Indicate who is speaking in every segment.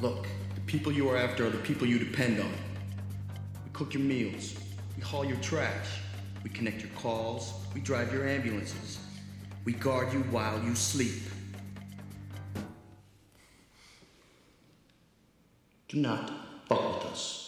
Speaker 1: Look, the people you are after are the people you depend on. We cook your meals, we haul your trash, we connect your calls, we drive your ambulances, we guard you while you sleep. Do not fuck with us.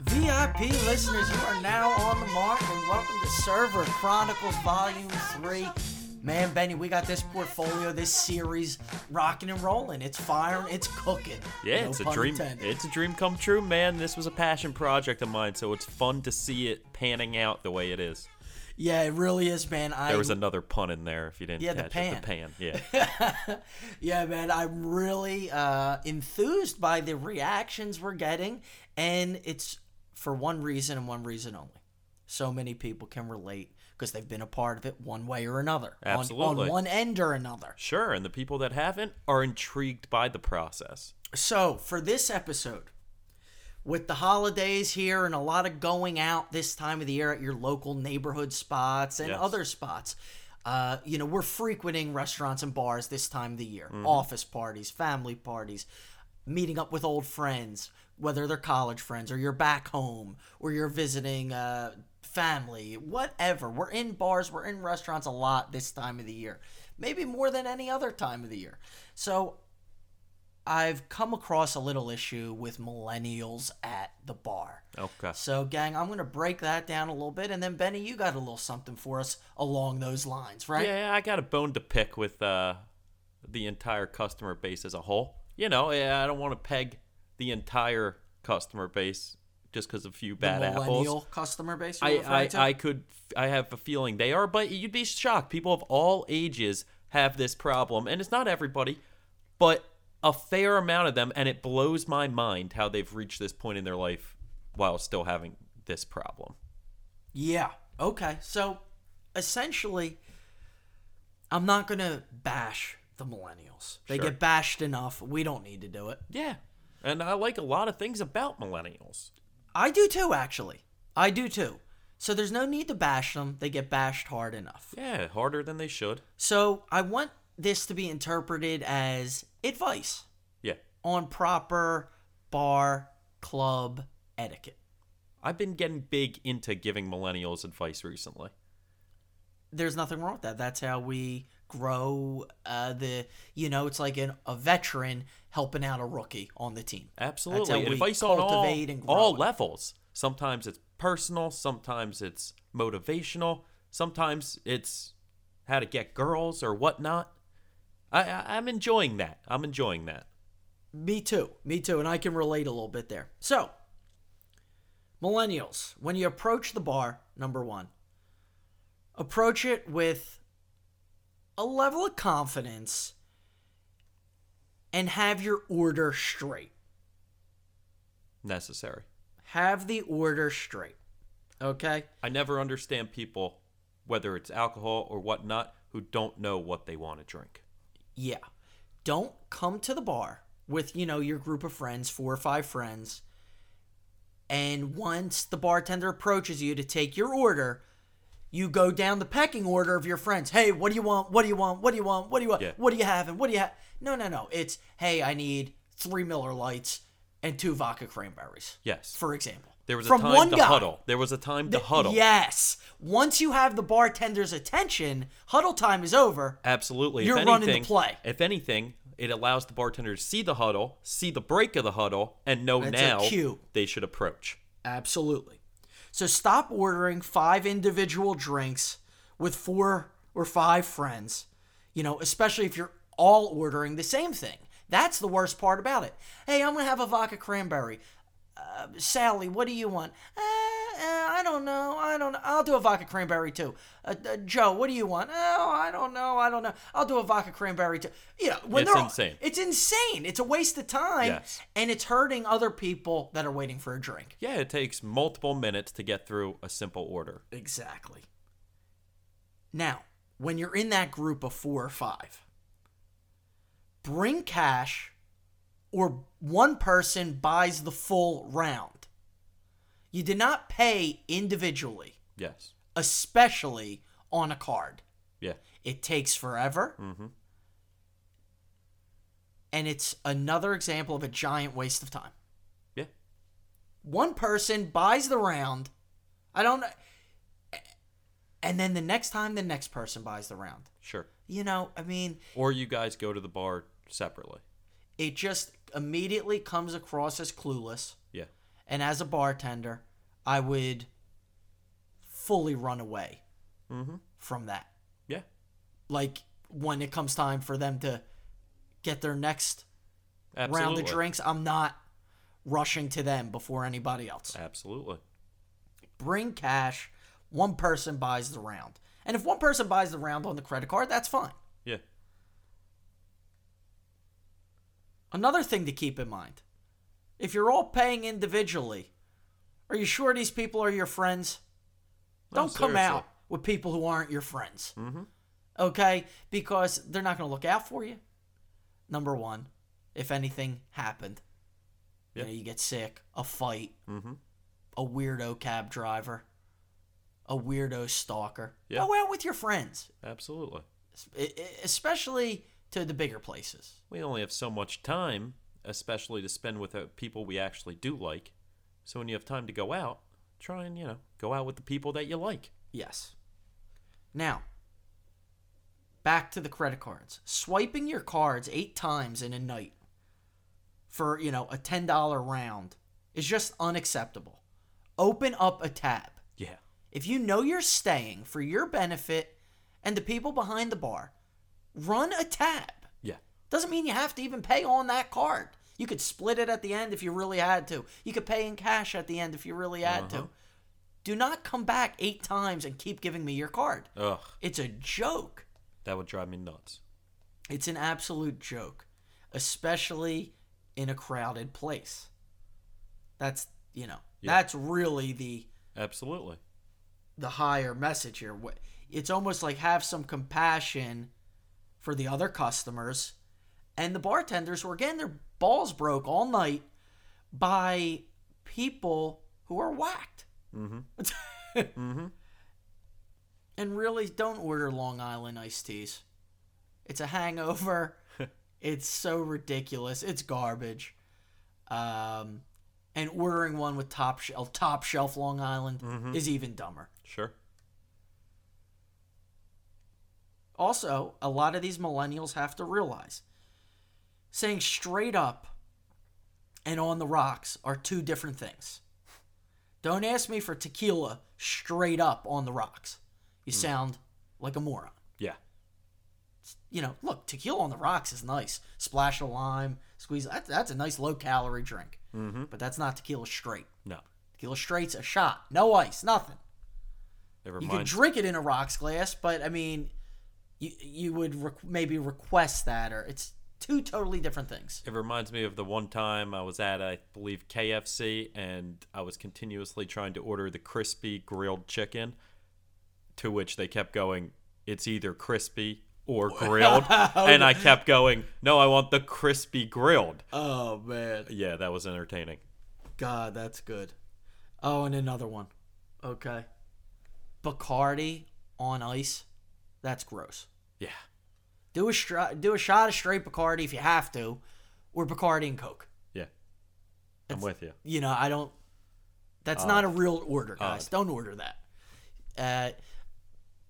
Speaker 2: VIP listeners, you are now on the mark and welcome to Server Chronicles Volume 3. Man, Benny, we got this portfolio, this series rocking and rolling. It's firing, it's cooking.
Speaker 3: Yeah,
Speaker 2: No
Speaker 3: it's a
Speaker 2: pun
Speaker 3: dream.
Speaker 2: intended.
Speaker 3: It's a dream come true, man. This was a passion project of mine, so it's fun to see it panning out the way it is.
Speaker 2: yeah, it really is, man. I,
Speaker 3: There was another pun in there if you didn't
Speaker 2: Yeah, the
Speaker 3: catch it.
Speaker 2: pan.
Speaker 3: The pan, yeah.
Speaker 2: Yeah, man, I'm really uh, enthused by the reactions we're getting, and it's for one reason and one reason only. So many people can relate because they've been a part of it one way or another, on- on,
Speaker 3: Absolutely.
Speaker 2: one end or another.
Speaker 3: Sure, and the people that haven't are intrigued by the process.
Speaker 2: So for this episode, with the holidays here and a lot of going out this time of the year at your local neighborhood spots and
Speaker 3: Yes.
Speaker 2: other spots. Uh, you know, we're frequenting restaurants and bars this time of the year, office parties, family parties, meeting up with old friends, whether they're college friends or you're back home or you're visiting uh, family, whatever. We're in bars, we're in restaurants a lot this time of the year, maybe more than any other time of the year. So I've come across a little issue with millennials at the bar.
Speaker 3: Okay.
Speaker 2: So, gang, I'm going to break that down a little bit. And then, Benny, you got a little something for us along those lines, right?
Speaker 3: Yeah, I got a bone to pick with uh, the entire customer base as a whole. You know, yeah, I don't want to peg the entire customer base just because a few bad apples.
Speaker 2: Millennial customer base. you're referring
Speaker 3: I,
Speaker 2: to?
Speaker 3: I, I could I have a feeling they are, but you'd be shocked. People of all ages have this problem, and it's not everybody, but a fair amount of them, and it blows my mind how they've reached this point in their life while still having this problem.
Speaker 2: Yeah. Okay. So essentially, I'm not going to bash the millennials. They
Speaker 3: Sure.
Speaker 2: get bashed enough. We don't need to do it.
Speaker 3: Yeah. And I like a lot of things about millennials.
Speaker 2: I do too, actually. I do too. So there's no need to bash them. They get bashed hard enough.
Speaker 3: Yeah, harder than they should.
Speaker 2: So I want this to be interpreted as advice
Speaker 3: Yeah.
Speaker 2: on proper bar club etiquette.
Speaker 3: I've been getting big into giving millennials advice recently.
Speaker 2: There's nothing wrong with that. That's how we grow uh, the, you know, it's like an, a veteran helping out a rookie on the team. That's how
Speaker 3: Absolutely.
Speaker 2: we
Speaker 3: And advice on all,
Speaker 2: cultivate and grow
Speaker 3: all
Speaker 2: it.
Speaker 3: levels. Sometimes it's personal, sometimes it's motivational, sometimes it's how to get girls or whatnot. I, I, I'm enjoying that. I'm enjoying that.
Speaker 2: Me too. Me too. And I can relate a little bit there. So, millennials, when you approach the bar, number one, approach it with a level of confidence and have your order straight.
Speaker 3: Necessary.
Speaker 2: Have the order straight. Okay?
Speaker 3: I never understand people, whether it's alcohol or whatnot, who don't know what they want to drink.
Speaker 2: Yeah. Don't come to the bar with, you know, your group of friends, four or five friends, and once the bartender approaches you to take your order, you go down the pecking order of your friends. Hey, what do you want? What do you want? What do you want? What do you want?
Speaker 3: Yeah.
Speaker 2: What do you have? And what do you have? No, no, no. It's, hey, I need three Miller Lights and two vodka cranberries,
Speaker 3: Yes.
Speaker 2: for example.
Speaker 3: There was
Speaker 2: From
Speaker 3: a time
Speaker 2: one
Speaker 3: to
Speaker 2: guy.
Speaker 3: huddle. There was a time to huddle.
Speaker 2: Yes. Once you have the bartender's attention, huddle time is over.
Speaker 3: Absolutely.
Speaker 2: You're
Speaker 3: if anything,
Speaker 2: running the play.
Speaker 3: If anything, it allows the bartender to see the huddle, see the break of the huddle, and know
Speaker 2: It's a
Speaker 3: now
Speaker 2: cue.
Speaker 3: they should approach.
Speaker 2: Absolutely. So stop ordering five individual drinks with four or five friends, you know, especially if you're all ordering the same thing. That's the worst part about it. Hey, I'm going to have a vodka cranberry. Uh, Sally, what do you want? Uh, uh, I don't know. I don't know. I'll do a vodka cranberry too. Uh, uh, Joe, what do you want? Oh, I don't know. I don't know. I'll do a vodka cranberry too. You know, when
Speaker 3: It's
Speaker 2: they're-
Speaker 3: insane.
Speaker 2: It's insane. It's a waste of time,
Speaker 3: Yes.
Speaker 2: and it's hurting other people that are waiting for a drink.
Speaker 3: Yeah, it takes multiple minutes to get through a simple order.
Speaker 2: Exactly. Now, when you're in that group of four or five, bring cash or one person buys the full round. You did not pay individually,
Speaker 3: Yes.
Speaker 2: especially on a card.
Speaker 3: Yeah. Mm-hmm.
Speaker 2: It takes forever. And it's another example of a giant waste of time.
Speaker 3: Yeah.
Speaker 2: One person buys the round. I don't And then the next time, the next person buys the round.
Speaker 3: Sure.
Speaker 2: You know, I mean,
Speaker 3: Or you guys go to the bar separately.
Speaker 2: it just immediately comes across as clueless.
Speaker 3: Yeah.
Speaker 2: And as a bartender, I would fully run away from that.
Speaker 3: Mm-hmm. Yeah.
Speaker 2: Like when it comes time for them to get their next
Speaker 3: Absolutely.
Speaker 2: round of drinks, I'm not rushing to them before anybody else.
Speaker 3: Absolutely.
Speaker 2: Bring cash. One person buys the round. And if one person buys the round on the credit card, that's fine.
Speaker 3: Yeah.
Speaker 2: Another thing to keep in mind if you're all paying individually, are you sure these people are your friends?
Speaker 3: No,
Speaker 2: Don't come
Speaker 3: seriously. Mm-hmm.
Speaker 2: out with people who aren't your friends. Okay? Because they're not going to look out for you. Number one, if anything happened,
Speaker 3: Yeah.
Speaker 2: you know, you get sick, a fight,
Speaker 3: Mhm.
Speaker 2: a weirdo cab driver, a weirdo stalker.
Speaker 3: Yeah.
Speaker 2: Go out with your friends,
Speaker 3: Absolutely.
Speaker 2: es- e- e- especially to the bigger places.
Speaker 3: We only have so much time, especially to spend with uh, people we actually do like. So when you have time to go out, try and, you know, go out with the people that you like.
Speaker 2: Yes. Now, back to the credit cards. Swiping your cards eight times in a night for, you know, a $10 round is just unacceptable. Open up a tab.
Speaker 3: Yeah.
Speaker 2: If you know you're staying for your benefit and the people behind the bar, run a tab.
Speaker 3: Yeah.
Speaker 2: Doesn't mean you have to even pay on that card. You could split it at the end if you really had to. You could pay in cash at the end if you really had to. Do not come back eight times and keep giving me your card.
Speaker 3: Ugh.
Speaker 2: It's a joke.
Speaker 3: That would drive me nuts.
Speaker 2: It's an absolute joke, especially in a crowded place. That's, you know,
Speaker 3: Yeah.
Speaker 2: that's really the
Speaker 3: Absolutely.
Speaker 2: the higher message here. Wh- It's almost like have some compassion for the other customers and the bartenders who are getting their balls broke all night by people who are whacked. Mm-hmm. mm-hmm. And really don't order Long Island iced teas. It's a hangover. it's so ridiculous. It's garbage. Um, and ordering one with top shelf, top shelf Long Island is even dumber.
Speaker 3: Sure.
Speaker 2: Also, a lot of these millennials have to realize saying straight up and on the rocks are two different things. Don't ask me for tequila straight up on the rocks. You sound like a moron.
Speaker 3: Yeah.
Speaker 2: You know, look, tequila on the rocks is nice. Splash of lime, squeeze. That's, that's a nice low calorie drink. Mm-hmm. But that's not tequila straight.
Speaker 3: No.
Speaker 2: Tequila straight's a shot, no ice, nothing.
Speaker 3: It
Speaker 2: You could
Speaker 3: reminds
Speaker 2: drink it in a rocks glass, but I mean, you you would re- maybe request that, or it's two totally different things.
Speaker 3: It reminds me of the one time I was at, I believe, KFC, and I was continuously trying to order the crispy grilled chicken, to which they kept going, it's either crispy or grilled. and I kept going, no, I want the crispy grilled.
Speaker 2: Oh man,
Speaker 3: Yeah, that was entertaining.
Speaker 2: God, that's good. Oh, and another one. Okay, Bacardi on ice. That's gross.
Speaker 3: Yeah.
Speaker 2: Do a str- do a shot of straight Bacardi if you have to, or Bacardi and Coke.
Speaker 3: Yeah. I'm with you.
Speaker 2: you know, I don't. That's not a real order, guys. Don't order that. Uh,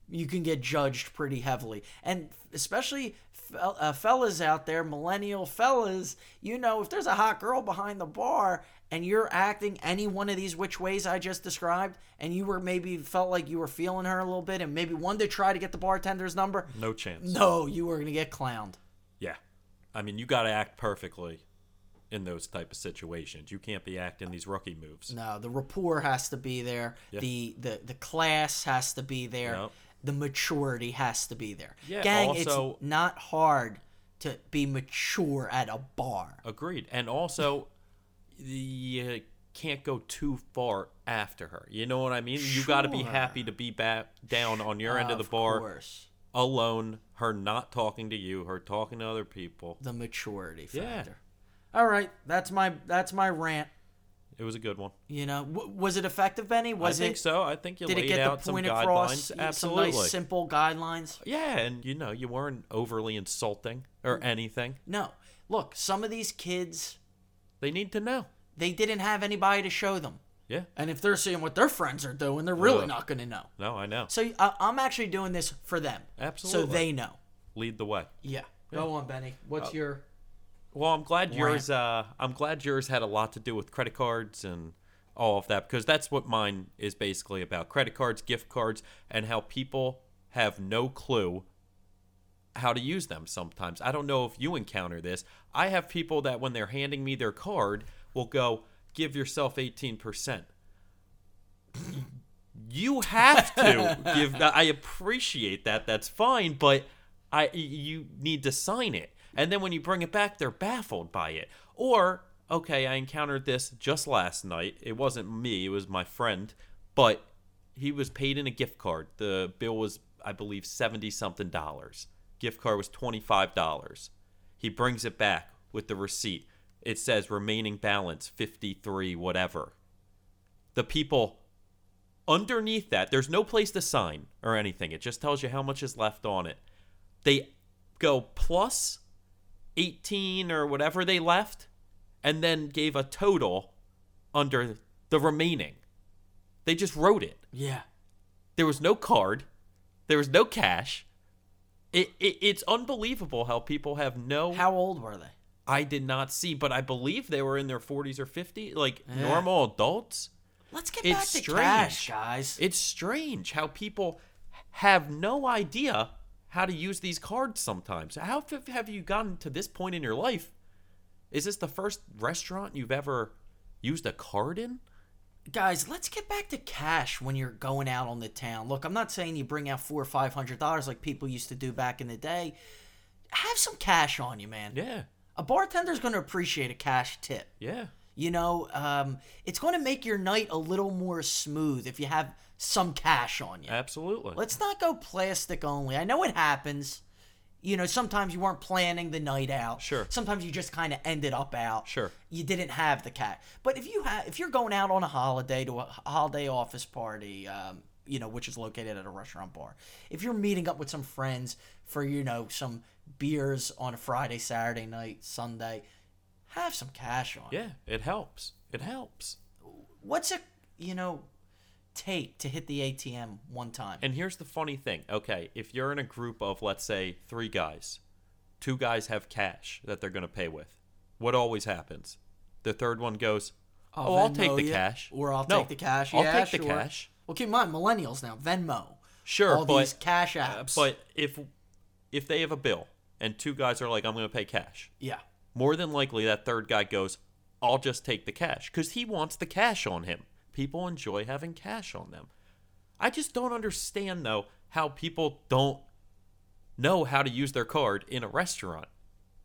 Speaker 2: you can get judged pretty heavily, and especially fel- uh, fellas out there, millennial fellas. You know, if there's a hot girl behind the bar and you're acting any one of these which ways I just described, and you were maybe felt like you were feeling her a little bit, and maybe one to try to get the bartender's number.
Speaker 3: No chance.
Speaker 2: No, you were gonna get clowned.
Speaker 3: Yeah. I mean, you got to act perfectly in those type of situations. You can't be acting these rookie moves.
Speaker 2: No, the rapport has to be there. The, the the class has to be there.
Speaker 3: Yep.
Speaker 2: The maturity has to be there.
Speaker 3: Yeah,
Speaker 2: Gang,
Speaker 3: also-
Speaker 2: it's not hard to be mature at a bar.
Speaker 3: Agreed. And also, you can't go too far after her. You know what I mean? You got to be
Speaker 2: Sure.
Speaker 3: happy to be back down on your end of the bar
Speaker 2: course.
Speaker 3: alone, her not talking to you, her talking to other people.
Speaker 2: The maturity factor.
Speaker 3: Yeah.
Speaker 2: All right, that's my that's my rant.
Speaker 3: It was a good one.
Speaker 2: You know, w- was it effective, Benny? Was
Speaker 3: I think
Speaker 2: it?
Speaker 3: so. I think you
Speaker 2: Did it
Speaker 3: laid
Speaker 2: get
Speaker 3: out
Speaker 2: the
Speaker 3: some
Speaker 2: point
Speaker 3: guidelines.
Speaker 2: across? Some
Speaker 3: Absolutely.
Speaker 2: nice simple guidelines.
Speaker 3: yeah, and you know, you weren't overly insulting
Speaker 2: Mm.
Speaker 3: or anything.
Speaker 2: No, look, some of these kids
Speaker 3: They need to know.
Speaker 2: they didn't have anybody to show them,
Speaker 3: Yeah.
Speaker 2: and if they're seeing what their friends are doing, they're really
Speaker 3: Ugh.
Speaker 2: not going to know.
Speaker 3: No, I know.
Speaker 2: So I, I'm actually doing this for them, so
Speaker 3: Absolutely. Uh,
Speaker 2: they know.
Speaker 3: Lead the way.
Speaker 2: Yeah. Go on, Benny. What's your?
Speaker 3: Well, I'm glad
Speaker 2: Warrant.
Speaker 3: yours. Uh, I'm glad yours had a lot to do with credit cards and all of that because that's what mine is basically about: credit cards, gift cards, and how people have no clue how to use them. Sometimes I don't know if you encounter this. I have people that when they're handing me their card, will go, "Give yourself eighteen percent." You have to give. that I appreciate that. That's fine, but I you need to sign it, and then when you bring it back, they're baffled by it. Or okay, I encountered this just last night. It wasn't me. It was my friend, but he was paid in a gift card. The bill was, I believe, seventy something dollars. Gift card was twenty five dollars. He brings it back with the receipt. It says remaining balance fifty three whatever. The people underneath that, there's no place to sign or anything. It just tells you how much is left on it. They go plus 18 or whatever they left, and then gave a total under the remaining. They just wrote it.
Speaker 2: Yeah.
Speaker 3: There was no card. There was no cash. It, it, it's unbelievable how people have no.
Speaker 2: How old were they?
Speaker 3: I did not see, but I believe they were in their 40s or 50s, like
Speaker 2: Yeah.
Speaker 3: normal adults.
Speaker 2: Let's get
Speaker 3: It's
Speaker 2: back to
Speaker 3: strange.
Speaker 2: cash, guys.
Speaker 3: It's strange how people have no idea how to use these cards sometimes. How f- have you gotten to this point in your life? Is this the first restaurant you've ever used a card in?
Speaker 2: guys, let's get back to cash when you're going out on the town. Look, I'm not saying you bring out four or five hundred dollars like people used to do back in the day. Have some cash on you, man.
Speaker 3: Yeah.
Speaker 2: A bartender's going to appreciate a cash tip.
Speaker 3: Yeah.
Speaker 2: You know, um, it's going to make your night a little more smooth if you have some cash on you.
Speaker 3: Absolutely.
Speaker 2: Let's not go plastic only. I know it happens. You know, sometimes you weren't planning the night out.
Speaker 3: Sure.
Speaker 2: Sometimes you just kind of ended up out.
Speaker 3: Sure.
Speaker 2: You didn't have the cat. But if you have, if you're going out on a holiday to a h- holiday office party, um, you know, which is located at a restaurant bar, if you're meeting up with some friends for you know some beers on a Friday, Saturday night, Sunday, have some cash on. you.
Speaker 3: yeah, it helps. It helps.
Speaker 2: What's it you know take to hit the ATM one time?
Speaker 3: And here's the funny thing. Okay, if you're in a group of let's say 3 guys, two guys have cash that they're going to pay with. What always happens? The third one goes, "Oh, I'll
Speaker 2: Venmo
Speaker 3: take the
Speaker 2: you,
Speaker 3: cash."
Speaker 2: Or I'll
Speaker 3: No,
Speaker 2: take the cash.
Speaker 3: I'll
Speaker 2: yeah,
Speaker 3: take the
Speaker 2: sure.
Speaker 3: cash.
Speaker 2: Well, keep in mind, millennials now, Venmo.
Speaker 3: Sure,
Speaker 2: all
Speaker 3: but
Speaker 2: these cash
Speaker 3: Uh,
Speaker 2: apps.
Speaker 3: But if if they have a bill and two guys are like, "I'm going to pay cash,"
Speaker 2: yeah,
Speaker 3: more than likely that third guy goes, "I'll just take the cash" because he wants the cash on him. People enjoy having cash on them. I just don't understand though how people don't know how to use their card in a restaurant.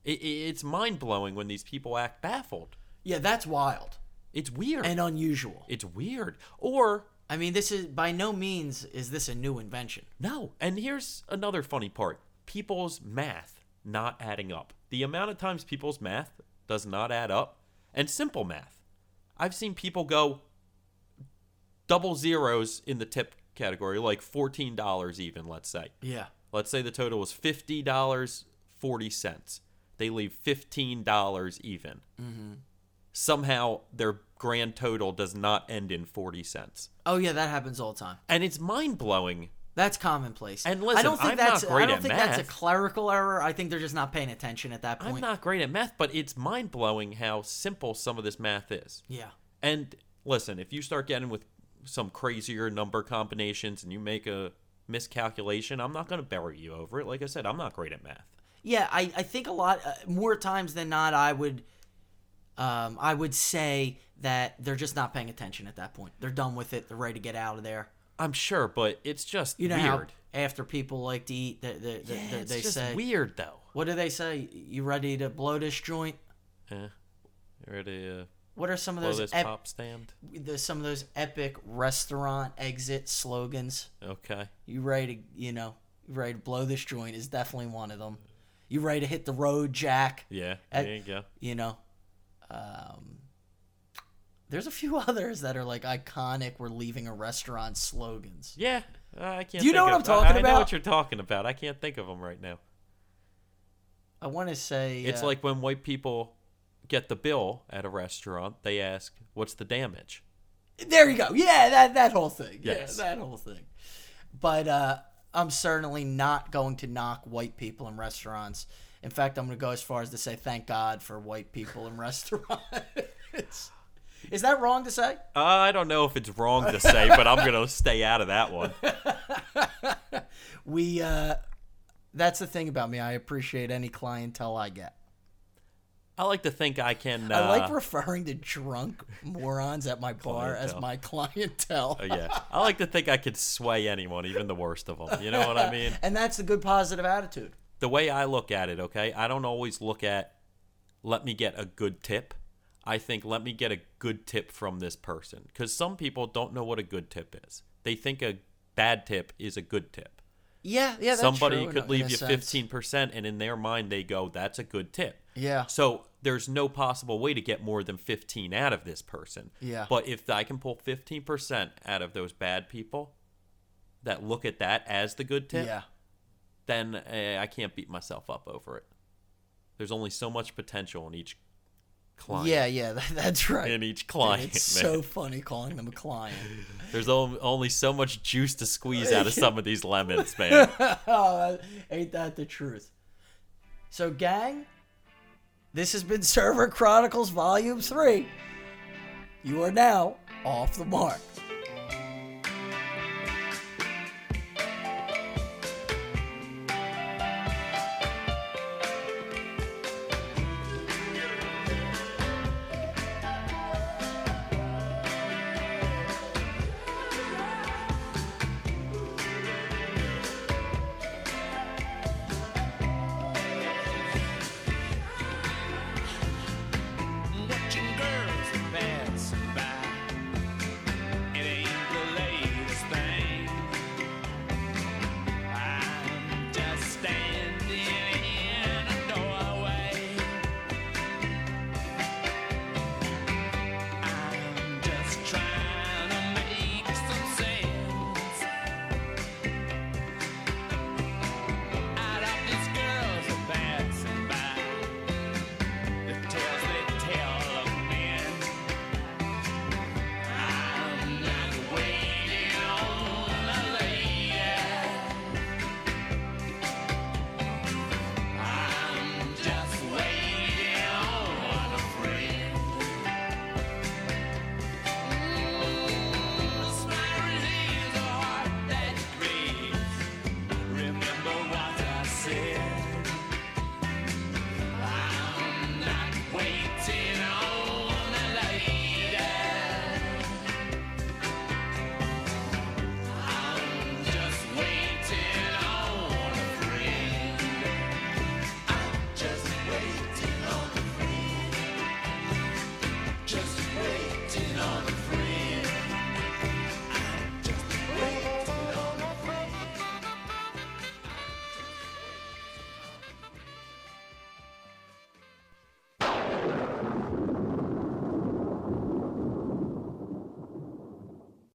Speaker 3: It, it, it's mind blowing when these people act baffled.
Speaker 2: yeah, that's wild
Speaker 3: It's weird.
Speaker 2: and unusual.
Speaker 3: it's weird. Or
Speaker 2: I mean, this is by no means is this a new invention.
Speaker 3: No. And here's another funny part people's math not adding up. The amount of times people's math does not add up, and simple math. I've seen people go double zeros in the tip category, like $14 even, let's say.
Speaker 2: Yeah,
Speaker 3: Let's say the total was $50.40. They leave $15 even. Somehow their grand total does not end in 40 cents.
Speaker 2: oh yeah, that happens all the time.
Speaker 3: And it's mind blowing
Speaker 2: That's commonplace.
Speaker 3: And
Speaker 2: I
Speaker 3: listen,
Speaker 2: don't think
Speaker 3: I'm not
Speaker 2: that's I
Speaker 3: great
Speaker 2: don't
Speaker 3: at
Speaker 2: think that's a
Speaker 3: math.
Speaker 2: clerical error. I think they're just not paying attention at that
Speaker 3: I'm
Speaker 2: point.
Speaker 3: not great at math, but it's mind blowing how simple some of this math is.
Speaker 2: yeah,
Speaker 3: And listen, if you start getting with some crazier number combinations and you make a miscalculation, I'm not going to bury you over it. Like I said, I'm not great at math.
Speaker 2: yeah. I I think a lot uh, more times than not, I would. Um, I would say that they're just not paying attention at that point. They're done with it. They're ready to get out of there.
Speaker 3: I'm sure, but it's just
Speaker 2: you know how
Speaker 3: weird.
Speaker 2: after people like to eat they, they, they,
Speaker 3: Yeah,
Speaker 2: they,
Speaker 3: it's
Speaker 2: they
Speaker 3: just
Speaker 2: say
Speaker 3: weird though.
Speaker 2: what do they say you ready to blow this joint
Speaker 3: Yeah. You ready to
Speaker 2: what are some of
Speaker 3: blow
Speaker 2: those
Speaker 3: this
Speaker 2: ep-
Speaker 3: pop stand?
Speaker 2: the, some of those epic restaurant exit slogans
Speaker 3: Okay.
Speaker 2: you ready to you know ready to blow this joint is definitely one of them. You ready to hit the road, Jack?
Speaker 3: Yeah,
Speaker 2: I-
Speaker 3: there you go.
Speaker 2: You know, um, there's a few others that are like iconic. We're leaving a restaurant slogans.
Speaker 3: Yeah, I can't.
Speaker 2: Do you
Speaker 3: think
Speaker 2: know what
Speaker 3: of,
Speaker 2: I'm talking
Speaker 3: I, I know
Speaker 2: about?
Speaker 3: what you're talking about. I can't think of them right now.
Speaker 2: I want to say
Speaker 3: It's
Speaker 2: uh,
Speaker 3: like when white people get the bill at a restaurant, they ask, "What's the damage?"
Speaker 2: There you go. Yeah, that that whole thing.
Speaker 3: Yes.
Speaker 2: Yeah, that whole thing. But uh, I'm certainly not going to knock white people in restaurants. In fact, I'm going to go as far as to say thank God for white people in restaurants. Is that wrong to say?
Speaker 3: Uh, I don't know if it's wrong to say, but I'm gonna stay out of that one.
Speaker 2: We uh, that's the thing about me. I appreciate any clientele I get.
Speaker 3: I like to think I can. Uh,
Speaker 2: I like referring to drunk morons at my bar as
Speaker 3: Clientele.
Speaker 2: my clientele.
Speaker 3: oh, yeah, I like to think I could sway anyone, even the worst of them. You know what I mean?
Speaker 2: And that's the good positive attitude.
Speaker 3: the way I look at it, okay, I don't always look at let me get a good tip. I think let me get a good tip from this person because some people don't know what a good tip is. They think a bad tip is a good tip.
Speaker 2: Yeah, yeah. That's
Speaker 3: Somebody
Speaker 2: true in a-
Speaker 3: could
Speaker 2: in
Speaker 3: leave
Speaker 2: a
Speaker 3: you
Speaker 2: sense.
Speaker 3: fifteen percent, and in their mind they go, "That's a good tip."
Speaker 2: Yeah.
Speaker 3: So there's no possible way to get more than fifteen out of this person.
Speaker 2: Yeah.
Speaker 3: But if I can pull fifteen percent out of those bad people that look at that as the good tip,
Speaker 2: Yeah.
Speaker 3: then eh, I can't beat myself up over it. There's only so much potential in each client.
Speaker 2: Yeah, yeah, that, that's right.
Speaker 3: In each
Speaker 2: Dude,
Speaker 3: client,
Speaker 2: it's
Speaker 3: man.
Speaker 2: so funny calling them a client.
Speaker 3: There's on- only so much juice to squeeze out of some of these lemons, man.
Speaker 2: oh, ain't that the truth? So, gang, this has been Server Chronicles Volume 3. You are now off the mark.